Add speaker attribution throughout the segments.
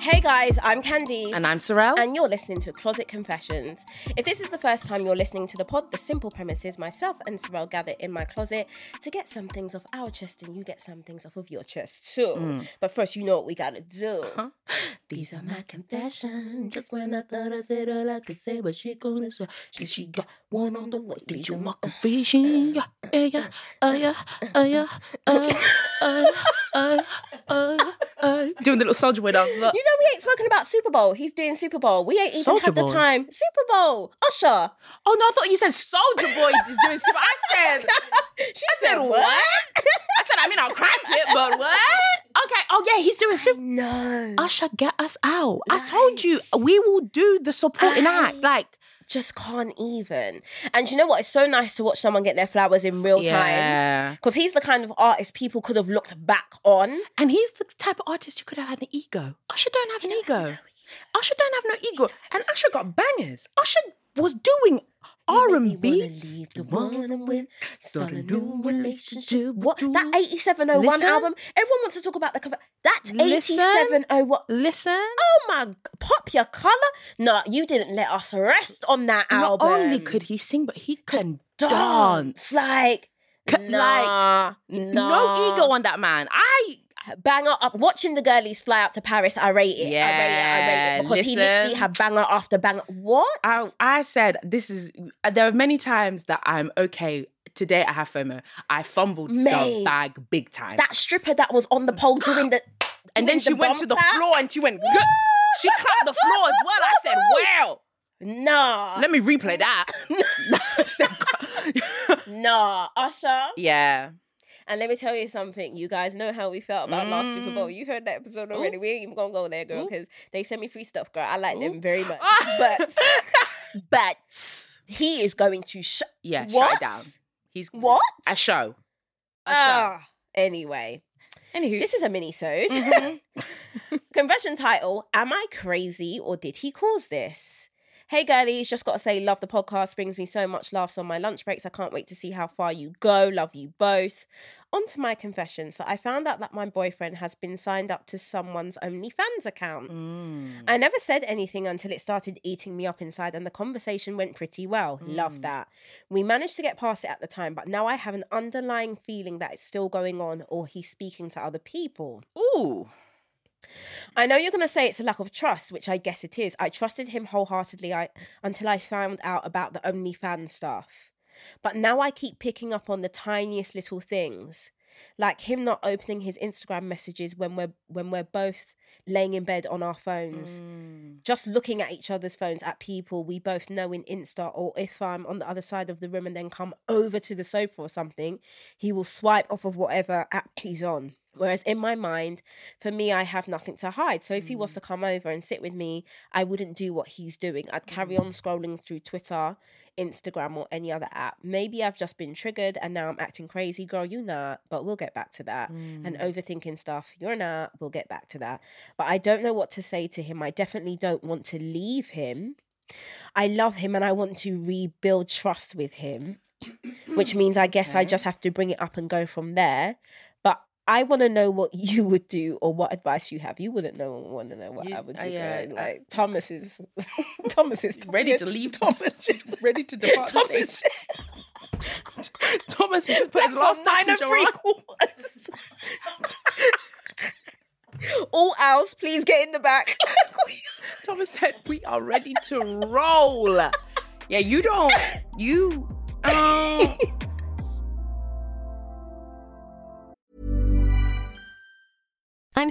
Speaker 1: Hey guys, I'm Candice.
Speaker 2: And I'm Sorrel.
Speaker 1: And you're listening to Closet Confessions. If this is the first time you're listening to the pod, the simple premise is myself and Sorrel gather in my closet to get some things off our chest and you get some things off of your chest too.
Speaker 2: Mm.
Speaker 1: But first, you know what we gotta do.
Speaker 2: These are my confessions. Just when I thought I said all I could say, but she gonna say, she, she got one on the way. These are my confessions. Yeah, yeah, yeah, uh, yeah, uh, yeah, uh, uh, uh, uh, uh. Doing the little soldier boy dance. Look.
Speaker 1: You know, we ain't spoken about Super Bowl. He's doing Super Bowl. We ain't even
Speaker 2: Soulja
Speaker 1: had the
Speaker 2: Boy.
Speaker 1: time. Super Bowl, Usher.
Speaker 2: Oh no, I thought you said soldier boy is doing super. I said,
Speaker 1: She
Speaker 2: I said what? I said, I mean, I'll crack it, but what? Okay. Oh yeah, he's doing super.
Speaker 1: No.
Speaker 2: Usher, get us out. I told you, we will do the supporting act. Like,
Speaker 1: just can't even. And you know what? It's so nice to watch someone get their flowers in real
Speaker 2: Yeah.
Speaker 1: time. Because he's the kind of artist people could have looked back on.
Speaker 2: And he's the type of artist who could have had an ego. Usher don't have an ego. Usher don't have no ego. And Usher got bangers. Usher was doing R and
Speaker 1: wanna
Speaker 2: B.
Speaker 1: leave the one I'm with, start a new relationship. What
Speaker 2: What
Speaker 1: that 8701
Speaker 2: Listen.
Speaker 1: album? Everyone wants to talk about the cover. That's
Speaker 2: Listen.
Speaker 1: 8701.
Speaker 2: Listen.
Speaker 1: Oh my g- pop your colour. No, you didn't let us rest on that
Speaker 2: Not
Speaker 1: album.
Speaker 2: only could he sing, but he can
Speaker 1: dance.
Speaker 2: dance.
Speaker 1: Like,
Speaker 2: C-
Speaker 1: nah,
Speaker 2: no
Speaker 1: nah.
Speaker 2: ego on that man. I
Speaker 1: banger up watching the girlies fly out to Paris. I rate it. I rate it. I rate it
Speaker 2: Yeah,
Speaker 1: because he
Speaker 2: listen.
Speaker 1: literally had banger after banger. What?
Speaker 2: I I said this is there are many times that I'm okay. Today I have FOMO. I fumbled
Speaker 1: Mate.
Speaker 2: the bag big time.
Speaker 1: that stripper that was on the pole doing the
Speaker 2: and then she went to the floor and she went "Gah." she clapped the floor as well. I said, Wow.
Speaker 1: Nah,
Speaker 2: Let me replay that. I said,
Speaker 1: nah, Usher.
Speaker 2: yeah.
Speaker 1: And let me tell you something. You guys know how we felt about last Super
Speaker 2: Mm.
Speaker 1: Bowl. You heard that episode already. We ain't even gonna go there, girl, because they sent me free stuff, girl. I like them very much. But but he is going to sh-
Speaker 2: Yeah,
Speaker 1: What?
Speaker 2: shut it down. He's
Speaker 1: what?
Speaker 2: a show. A show.
Speaker 1: Ah, anyway,
Speaker 2: Anywho. Mm-hmm.
Speaker 1: this is a mini sode. Confession title Am I crazy or did he cause this? Hey girlies, just gotta say, love the podcast. Brings me so much laughs on my lunch breaks. I can't wait to see how far you go. Love you both. On to my confession. So, I found out that my boyfriend has been signed up to someone's OnlyFans account. I never said anything until it started eating me up inside, and the conversation went pretty well. Love that. We managed to get past it at the time, but now I have an underlying feeling that it's still going on or he's speaking to other people.
Speaker 2: Ooh.
Speaker 1: I know you're going to say it's a lack of trust, which I guess it is. I trusted him wholeheartedly I, until I found out about the OnlyFans stuff. But now I keep picking up on the tiniest little things, like him not opening his Instagram messages when we're when we're both laying in bed on our phones, just looking at each other's phones at people we both know in Insta, or if I'm on the other side of the room and then come over to the sofa or something, he will swipe off of whatever app he's on. Whereas in my mind, for me, I have nothing to hide. So if he was to come over and sit with me, I wouldn't do what he's doing. I'd carry on scrolling through Twitter, Instagram, or any other app. Maybe I've just been triggered and now I'm acting crazy. Girl, you not, but we'll get back to that. And
Speaker 2: Mm.
Speaker 1: overthinking stuff, you're not, we'll get back to that. But I don't know what to say to him. I definitely don't want to leave him. I love him and I want to rebuild trust with him, which means I guess I just have to bring it up and go from there. But I want to know what you would do or what advice you have. You wouldn't know want to know what
Speaker 2: You-
Speaker 1: I would
Speaker 2: uh,
Speaker 1: do.
Speaker 2: yeah,
Speaker 1: right?
Speaker 2: I-
Speaker 1: Like Thomas is, Thomas is
Speaker 2: Ready to
Speaker 1: Thomas-
Speaker 2: leave
Speaker 1: Thomas.
Speaker 2: She's ready to depart. the
Speaker 1: Thomas,
Speaker 2: station. Thomas just put his last
Speaker 1: nine and
Speaker 2: passenger
Speaker 1: three
Speaker 2: on.
Speaker 1: quarters. All owls, please get in the back.
Speaker 2: Thomas said, "We are ready to roll." Yeah, you don't. You. Oh.
Speaker 3: I'm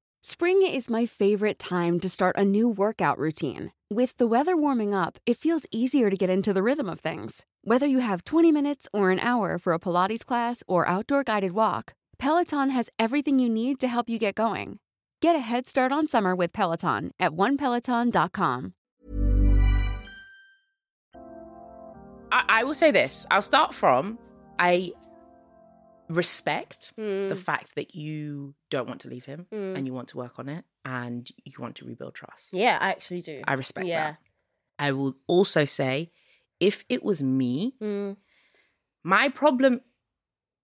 Speaker 4: Spring is my favorite time to start a new workout routine. With the weather warming up, it feels easier to get into the rhythm of things. Whether you have 20 minutes or an hour for a Pilates class or outdoor guided walk, Peloton has everything you need to help you get going. Get a head start on summer with Peloton at onepeloton.com.
Speaker 2: I, I will say this. I'll start from I respect
Speaker 1: Hmm.
Speaker 2: the fact that you don't want to leave him and you want to work on it and you want to rebuild trust.
Speaker 1: Yeah, I actually do.
Speaker 2: I respect
Speaker 1: yeah.
Speaker 2: that. I will also say if it was me,
Speaker 1: Mm.
Speaker 2: my problem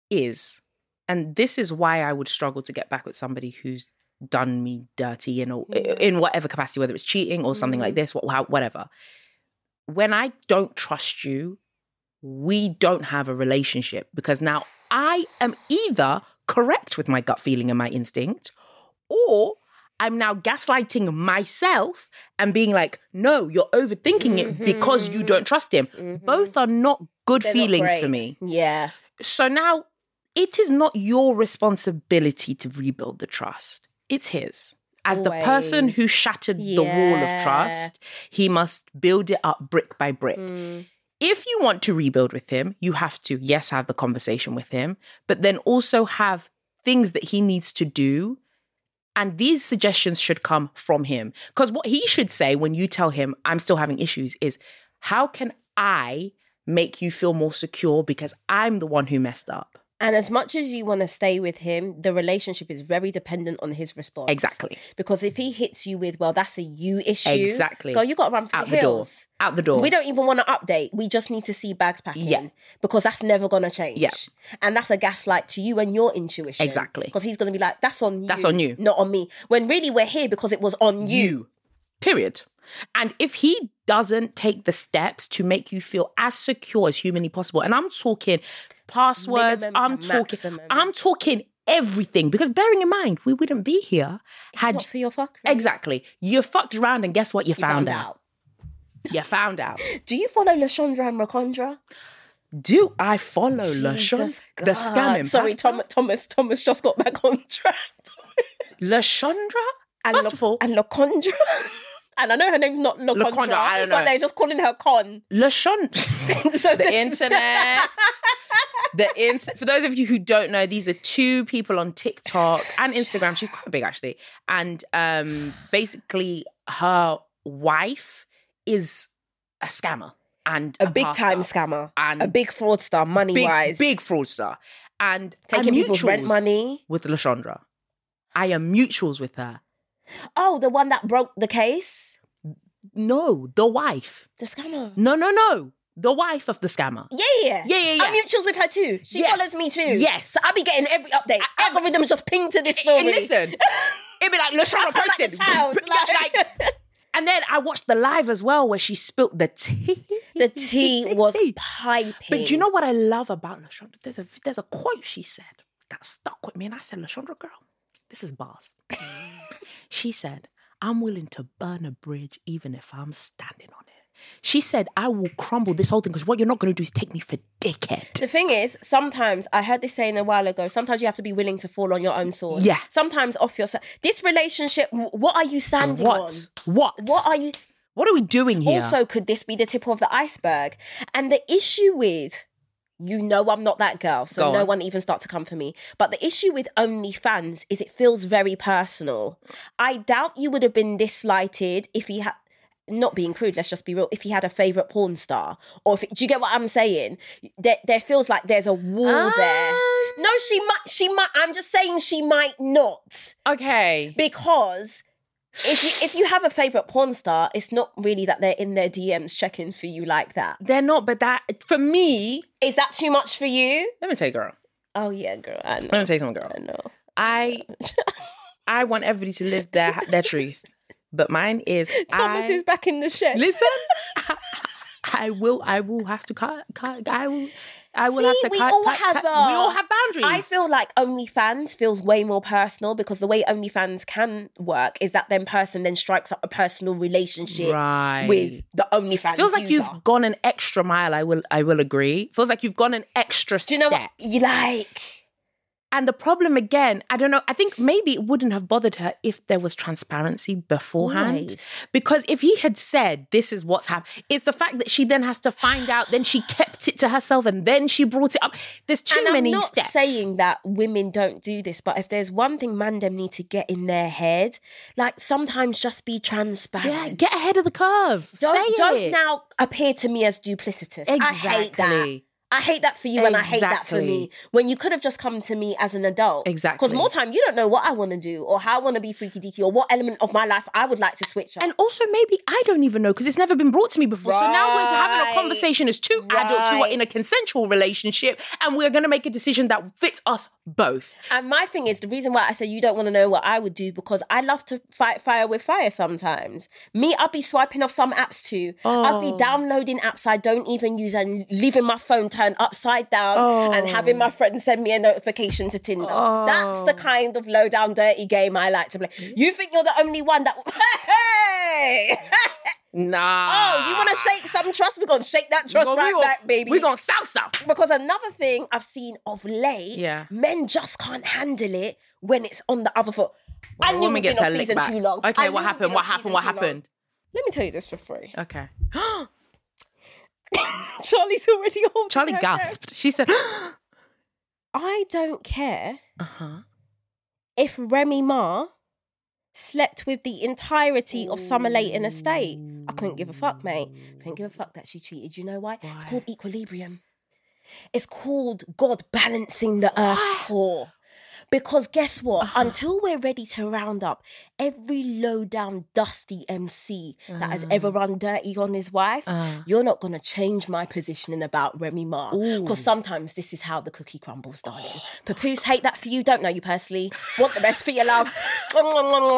Speaker 2: is, and this is why I would struggle to get back with somebody who's done me dirty in, a, in whatever capacity, whether it's cheating or something
Speaker 1: Mm-hmm.
Speaker 2: like this, wha- how- whatever. When I don't trust you, we don't have a relationship because now I am either correct with my gut feeling and my instinct, or I'm now gaslighting myself and being like, no, you're overthinking it because you don't trust him. Both are not good
Speaker 1: Mm-hmm. They're not
Speaker 2: feelings for
Speaker 1: great.
Speaker 2: me.
Speaker 1: Yeah.
Speaker 2: So now it is not your responsibility to rebuild the trust, it's his. As the person who
Speaker 1: Always.
Speaker 2: shattered the wall of
Speaker 1: Yeah.
Speaker 2: trust, he must build it up brick by brick.
Speaker 1: Mm.
Speaker 2: If you want to rebuild with him, you have to, yes, have the conversation with him, but then also have things that he needs to do. And these suggestions should come from him. Because what he should say when you tell him, I'm still having issues, is how can I make you feel more secure because I'm the one who messed up?
Speaker 1: And as much as you want to stay with him, the relationship is very dependent on his response.
Speaker 2: Exactly.
Speaker 1: Because if he hits you with, well, that's a you issue.
Speaker 2: Exactly.
Speaker 1: Girl, you got to run for
Speaker 2: Out
Speaker 1: the
Speaker 2: the door.
Speaker 1: hills.
Speaker 2: Out the door.
Speaker 1: We don't even want to update. We just need to see bags packing.
Speaker 2: Yeah.
Speaker 1: Because that's never going to change.
Speaker 2: Yeah.
Speaker 1: And that's a gaslight to you and your intuition.
Speaker 2: Exactly.
Speaker 1: Because he's going to be like, that's on you.
Speaker 2: That's on you.
Speaker 1: Not on me. When really we're here because it was on you.
Speaker 2: you. Period. And if he doesn't take the steps to make you feel as secure as humanly possible, and I'm talking passwords,
Speaker 1: Minimum
Speaker 2: I'm
Speaker 1: to
Speaker 2: talking,
Speaker 1: maximum.
Speaker 2: I'm talking everything. Because bearing in mind, we wouldn't be here had
Speaker 1: Not for your fuck.
Speaker 2: exactly you fucked around, and guess what? You,
Speaker 1: Found out.
Speaker 2: You found out.
Speaker 1: Do you follow Lashondra and Rakondra?
Speaker 2: Do I follow
Speaker 1: Jesus
Speaker 2: Oh, Lashon? The
Speaker 1: God.
Speaker 2: scamming.
Speaker 1: Sorry, Tom, Thomas. Thomas just got back on track.
Speaker 2: Lashondra. First
Speaker 1: Lo-
Speaker 2: of all,
Speaker 1: and Lacondra. and I know her name's not Lacondra,
Speaker 2: Lacondra, I don't know.
Speaker 1: but they're just calling her Con.
Speaker 2: Lashon.
Speaker 1: So
Speaker 2: the internet. the int- For those of you who don't know, these are two people on TikTok and Instagram. She's quite big actually, and um, basically her wife is a scammer and
Speaker 1: A big time
Speaker 2: pastor.
Speaker 1: scammer.
Speaker 2: And-
Speaker 1: a big fraudster, money
Speaker 2: big,
Speaker 1: wise.
Speaker 2: big fraudster, and
Speaker 1: Taking
Speaker 2: I'm
Speaker 1: people's rent
Speaker 2: mutuals
Speaker 1: money.
Speaker 2: with Lashondra. I am mutuals with her.
Speaker 1: Oh, the one that broke the case?
Speaker 2: No, the wife.
Speaker 1: The scammer.
Speaker 2: No, no, no. The wife of the scammer.
Speaker 1: Yeah, yeah,
Speaker 2: Yeah, yeah,
Speaker 1: I'm
Speaker 2: yeah.
Speaker 1: mutuals with her too. She
Speaker 2: Yes.
Speaker 1: follows me too.
Speaker 2: Yes.
Speaker 1: So I'll be getting every update.
Speaker 2: I- I-
Speaker 1: Algorithm's just pinged to this story.
Speaker 2: And listen, it'd be like Lashana
Speaker 1: I'm like
Speaker 2: posted.
Speaker 1: a child, like-
Speaker 2: and then I watched the live as well where she spilt the tea.
Speaker 1: The tea was piping.
Speaker 2: But do you know what I love about Lashondra? There's a there's a quote she said that stuck with me, and I said, Lashondra girl, this is bars. she said, I'm willing to burn a bridge even if I'm standing on it. She said, I will crumble this whole thing because what you're not going to do is take me for dickhead.
Speaker 1: The thing is, sometimes I heard this saying a while ago. Sometimes you have to be willing to fall on your own sword.
Speaker 2: Yeah.
Speaker 1: Sometimes off your si- this relationship. wh- What are you standing
Speaker 2: What?
Speaker 1: on?
Speaker 2: What?
Speaker 1: What are you?
Speaker 2: What are we doing here?
Speaker 1: Also, could this be the tip of the iceberg? And the issue with you know I'm not that girl, so
Speaker 2: Go
Speaker 1: no
Speaker 2: on.
Speaker 1: one even start to come for me. But the issue with OnlyFans is it feels very personal. I doubt you would have been this slighted if he had not being crude, let's just be real, if he had a favourite porn star. Or if do you get what I'm saying? There, there feels like there's a wall there.
Speaker 2: Um
Speaker 1: No, she might she might I'm just saying she might not
Speaker 2: okay.
Speaker 1: because if you, if you have a favorite porn star, it's not really that they're in their DMs checking for you like that.
Speaker 2: They're not, but that for me.
Speaker 1: Is that too much for you?
Speaker 2: Let me tell you, girl.
Speaker 1: Oh yeah, girl, I
Speaker 2: Let me
Speaker 1: know.
Speaker 2: tell you something, girl.
Speaker 1: I know.
Speaker 2: I I want everybody to live their their truth, but mine is
Speaker 1: Thomas
Speaker 2: I,
Speaker 1: is back in the shed.
Speaker 2: Listen, I will. I will have to cut. cut I will. I will
Speaker 1: See,
Speaker 2: have to
Speaker 1: we
Speaker 2: cut,
Speaker 1: all
Speaker 2: cut,
Speaker 1: have
Speaker 2: cut.
Speaker 1: a-
Speaker 2: We all have boundaries.
Speaker 1: I feel like OnlyFans feels way more personal because the way OnlyFans can work is that then person then strikes up a personal relationship
Speaker 2: Right.
Speaker 1: with the OnlyFans.
Speaker 2: feels like
Speaker 1: user.
Speaker 2: you've gone an extra mile. I will. I will agree. Feels like you've gone an extra
Speaker 1: Do you know
Speaker 2: step.
Speaker 1: what you like?
Speaker 2: And the problem again, I don't know. I think maybe it wouldn't have bothered her if there was transparency beforehand.
Speaker 1: Always.
Speaker 2: Because if he had said, "This is what's happened," it's the fact that she then has to find out. Then she kept it to herself, and then she brought it up. There's too
Speaker 1: and
Speaker 2: many
Speaker 1: I'm not
Speaker 2: steps.
Speaker 1: saying that women don't do this, but if there's one thing man them need to get in their head, like sometimes just be transparent.
Speaker 2: yeah, get ahead of the curve.
Speaker 1: don't
Speaker 2: Say
Speaker 1: don't
Speaker 2: it.
Speaker 1: now appear to me as duplicitous. I hate that.
Speaker 2: Exactly.
Speaker 1: I hate that for you, and I hate that for me.
Speaker 2: Exactly.
Speaker 1: When you could have just come to me as an adult,
Speaker 2: Exactly.
Speaker 1: Because more time, you don't know what I want to do, or how I want to be freaky deaky, or what element of my life I would like to switch up.
Speaker 2: And also, maybe I don't even know because it's never been brought to me before. So now we're having
Speaker 1: Right.
Speaker 2: a conversation as two adults who are
Speaker 1: Right.
Speaker 2: in a consensual relationship, and we're going to make a decision that fits us both.
Speaker 1: And my thing is, the reason why I say you don't want to know what I would do because I love to fight fire with fire sometimes. Me, I'll be swiping off some apps too. I'll
Speaker 2: Oh.
Speaker 1: be downloading apps I don't even use and leaving my phone turned upside down
Speaker 2: Oh.
Speaker 1: and having my friend send me a notification to Tinder. That's
Speaker 2: Oh.
Speaker 1: the kind of low down, dirty game I like to play. You think you're the only one that. Hey!
Speaker 2: Nah.
Speaker 1: oh, you want to shake some trust? We're going to shake that trust
Speaker 2: Ah. Well, we
Speaker 1: right
Speaker 2: gon-
Speaker 1: back, baby
Speaker 2: We gonna salsa.
Speaker 1: because another thing I've seen of late,
Speaker 2: Yeah.
Speaker 1: men just can't handle it when it's on the other foot. I knew
Speaker 2: The woman
Speaker 1: we've been
Speaker 2: gets
Speaker 1: on
Speaker 2: her lick
Speaker 1: season
Speaker 2: back.
Speaker 1: too long. I
Speaker 2: Okay,
Speaker 1: knew
Speaker 2: what
Speaker 1: we've
Speaker 2: happened?
Speaker 1: been
Speaker 2: What
Speaker 1: on
Speaker 2: happened?
Speaker 1: season
Speaker 2: What
Speaker 1: too long.
Speaker 2: happened?
Speaker 1: Let me tell you this for free.
Speaker 2: Okay.
Speaker 1: Charlie's already holding
Speaker 2: Charlie
Speaker 1: her breath.
Speaker 2: gasped. She said, "Uh
Speaker 1: I don't care
Speaker 2: huh."
Speaker 1: if Remy Ma slept with the entirety of Summer Leighton Estate. I couldn't give a fuck, mate. Couldn't give a fuck that she cheated. You know why? It's
Speaker 2: Why?
Speaker 1: called equilibrium. It's called God balancing the earth's core. Because guess what? Until we're ready to round up every low down, dusty MC that has ever run dirty on his wife, you're not going to change my positioning about Remy Ma. Because sometimes this is how the cookie crumbles, darling. Papoose, hate that for you. Don't know you personally. Want the best for your love.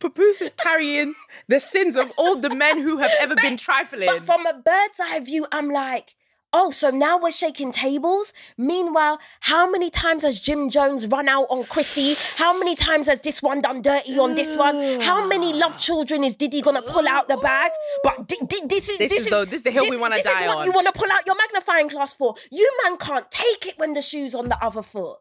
Speaker 2: Papoose is carrying the sins of all the men who have ever been trifling.
Speaker 1: But from a bird's eye view, I'm like, oh, so now we're shaking tables. Meanwhile, how many times has Jim Jones run out on Chrissy? How many times has this one done dirty on this one? How many love children is Diddy gonna pull out the bag? But di- di- this is
Speaker 2: This is the- this is the hill we wanna
Speaker 1: this
Speaker 2: die
Speaker 1: is what
Speaker 2: on.
Speaker 1: you want to pull out your magnifying glass for. You man can't take it when the shoe's on the other foot.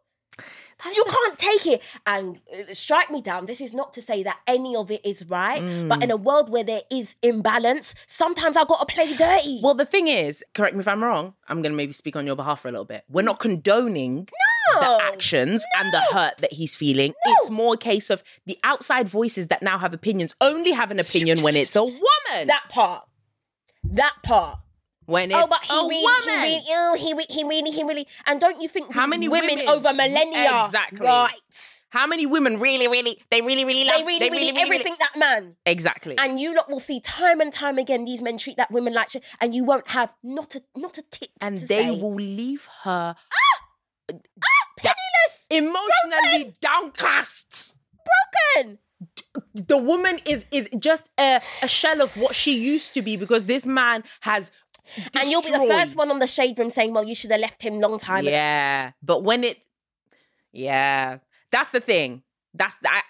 Speaker 1: You can't take it and uh, strike me down. This is not to say that any of it is right, but
Speaker 2: Mm.
Speaker 1: in a world where there is imbalance, sometimes I've got to play dirty.
Speaker 2: Well, the thing is, correct me if I'm wrong, I'm going to maybe speak on your behalf for a little bit. We're not condoning the actions and the hurt that he's feeling. It's more a case of the outside voices that now have opinions only have an opinion when it's a woman.
Speaker 1: that part. That part.
Speaker 2: when it's
Speaker 1: oh, but he
Speaker 2: a
Speaker 1: really,
Speaker 2: woman.
Speaker 1: he really, oh, he, re- he really, he really. And don't you think
Speaker 2: How
Speaker 1: these
Speaker 2: many
Speaker 1: women,
Speaker 2: women?
Speaker 1: over millennia?
Speaker 2: Exactly.
Speaker 1: Right.
Speaker 2: How many women really, really, they really, really love
Speaker 1: They really, really, everything that man.
Speaker 2: Exactly.
Speaker 1: And you lot will see time and time again these men treat that women like shit, and you won't have not a not a tit.
Speaker 2: and
Speaker 1: to
Speaker 2: they
Speaker 1: say. Ah,
Speaker 2: will leave her
Speaker 1: penniless,
Speaker 2: emotionally downcast.
Speaker 1: broken.
Speaker 2: The woman is is just a, a shell of what she used to be because this man has
Speaker 1: And you'll be the first one on the shade room saying, "Well, you should have left him long time ago."
Speaker 2: yeah, but when it, yeah, that's the thing. That's I.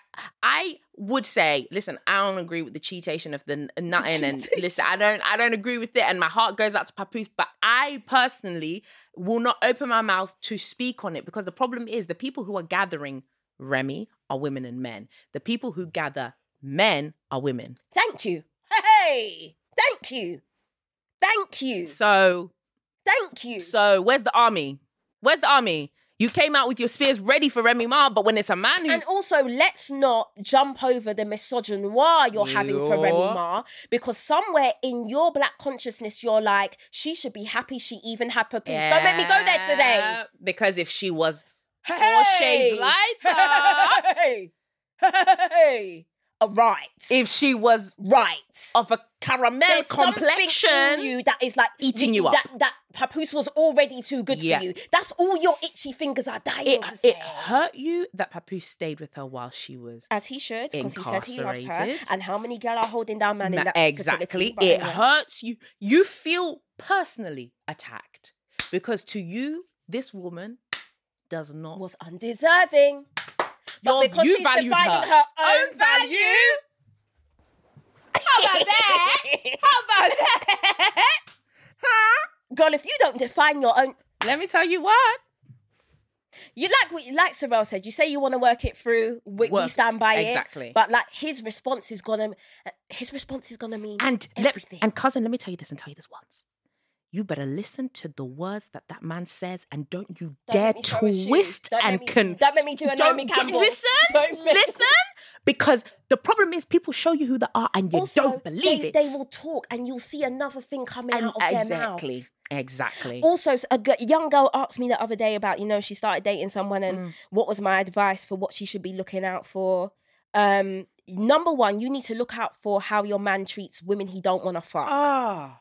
Speaker 2: I would say, listen, I don't agree with the cheatation of the n- nutting, and listen, I don't, I don't agree with it, and my heart goes out to Papoose, but I personally will not open my mouth to speak on it because the problem is the people who are gathering Remy are women and men. The people who gather men are women.
Speaker 1: Thank you. Hey, thank you, thank you,
Speaker 2: So
Speaker 1: thank you.
Speaker 2: So where's the army? Where's the army? You came out with your spears ready for Remy Ma, but when it's a man who's
Speaker 1: And also, let's not jump over the misogynoir you're having for Remy
Speaker 2: Yeah.
Speaker 1: Ma, because somewhere in your black consciousness, you're like, she should be happy she even had papoose. Don't make me go there today.
Speaker 2: Yeah, Because if she was
Speaker 1: Hey!
Speaker 2: four shades lighter,
Speaker 1: Hey! Hey! All right.
Speaker 2: if she was
Speaker 1: right.
Speaker 2: of a caramel
Speaker 1: There's something
Speaker 2: complexion.
Speaker 1: in you that is like
Speaker 2: eating you up.
Speaker 1: that, That papoose was already too good
Speaker 2: Yeah.
Speaker 1: for you. That's all your itchy fingers are dying
Speaker 2: it,
Speaker 1: to say.
Speaker 2: it hurt you that Papoose stayed with her while she was
Speaker 1: As he should, because he said he loves her.
Speaker 2: Incarcerated.
Speaker 1: And how many girls are holding down man in
Speaker 2: Ma-
Speaker 1: that
Speaker 2: exactly
Speaker 1: facility? But
Speaker 2: it
Speaker 1: anyway.
Speaker 2: hurts you you feel personally attacked because to you this woman does not
Speaker 1: Was undeserving.
Speaker 2: Your-
Speaker 1: because
Speaker 2: you
Speaker 1: she's
Speaker 2: valued
Speaker 1: dividing
Speaker 2: her,
Speaker 1: her own
Speaker 2: how about that how about that huh
Speaker 1: Girl, if you don't define your own
Speaker 2: let me tell you what
Speaker 1: You like what like Sorrel said. You say you want to work it through. We, we
Speaker 2: Work-
Speaker 1: stand by
Speaker 2: exactly.
Speaker 1: it. But like his response is gonna his response is gonna mean
Speaker 2: and let-
Speaker 1: everything.
Speaker 2: and cousin let me tell you this and tell you this once you better listen to the words that that man says and don't you
Speaker 1: Don't
Speaker 2: dare
Speaker 1: make me throw a shoe.
Speaker 2: twist
Speaker 1: Don't make
Speaker 2: and
Speaker 1: me-
Speaker 2: con-
Speaker 1: don't make me do a
Speaker 2: don't-
Speaker 1: Naomi
Speaker 2: don't-
Speaker 1: Campbell.
Speaker 2: listen
Speaker 1: Don't make-
Speaker 2: listen because the problem is people show you who they are and you
Speaker 1: Also,
Speaker 2: don't believe
Speaker 1: they,
Speaker 2: it
Speaker 1: They will talk, and you'll see another thing coming
Speaker 2: And
Speaker 1: out of their
Speaker 2: exactly
Speaker 1: mouth.
Speaker 2: exactly
Speaker 1: Also, s- a g- young girl asked me the other day about you know she started dating someone and
Speaker 2: Mm.
Speaker 1: what was my advice for what she should be looking out for. Um, number one, you need to look out for how your man treats women he don't want to fuck.
Speaker 2: ah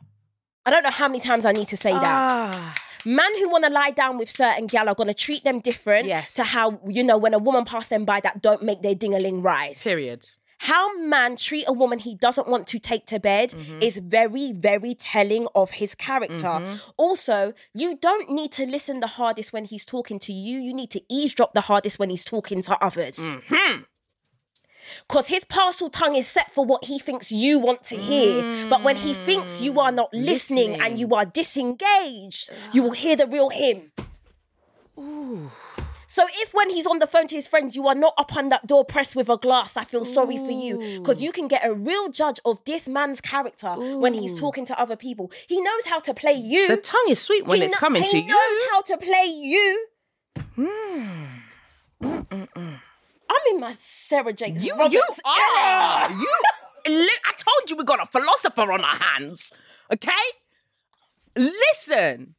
Speaker 1: I don't know how many times I need to say that.
Speaker 2: ah
Speaker 1: Man who want to lie down with certain gal are going to treat them different
Speaker 2: Yes.
Speaker 1: to how, you know, when a woman pass them by that don't make their ding-a-ling rise.
Speaker 2: period
Speaker 1: How man treat a woman he doesn't want to take to bed is very, very telling of his character. Also, you don't need to listen the hardest when he's talking to you. You need to eavesdrop the hardest when he's talking to others. Because his parcel tongue is set for what he thinks you want to hear. But when he thinks you are not listening, and you are disengaged, you will hear the real him. So if when he's on the phone to his friends, you are not up on that door press with a glass, I feel sorry for you. Because you can get a real judge of this man's character when he's talking to other people. He knows how to play you.
Speaker 2: the tongue is sweet when
Speaker 1: He
Speaker 2: it's
Speaker 1: kno-
Speaker 2: coming to
Speaker 1: He knows
Speaker 2: you Hmm.
Speaker 1: how to play you. I'm in my Sarah J.
Speaker 2: You,
Speaker 1: Roberts
Speaker 2: you
Speaker 1: era.
Speaker 2: are. You. Li- I told you we got a philosopher on our hands. Okay. Listen.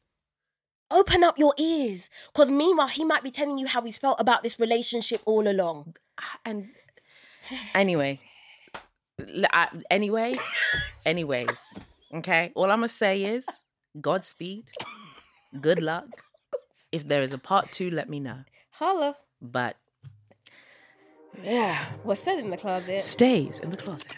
Speaker 1: Open up your ears, because meanwhile he might be telling you how he's felt about this relationship all along.
Speaker 2: And anyway, L- I- anyway, anyways. Okay. All I'm gonna say is Godspeed. Good luck. If there is a part two, let me know.
Speaker 1: Holla.
Speaker 2: But
Speaker 1: Yeah. What's said in the closet?
Speaker 2: stays in the closet.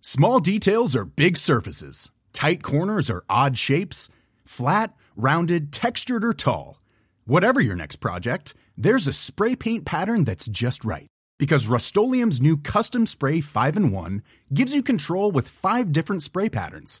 Speaker 5: Small details are big surfaces. Tight corners are odd shapes. Flat, rounded, textured, or tall. Whatever your next project, there's a spray paint pattern that's just right. Because Rust new Custom Spray 5 in 1 gives you control with five different spray patterns.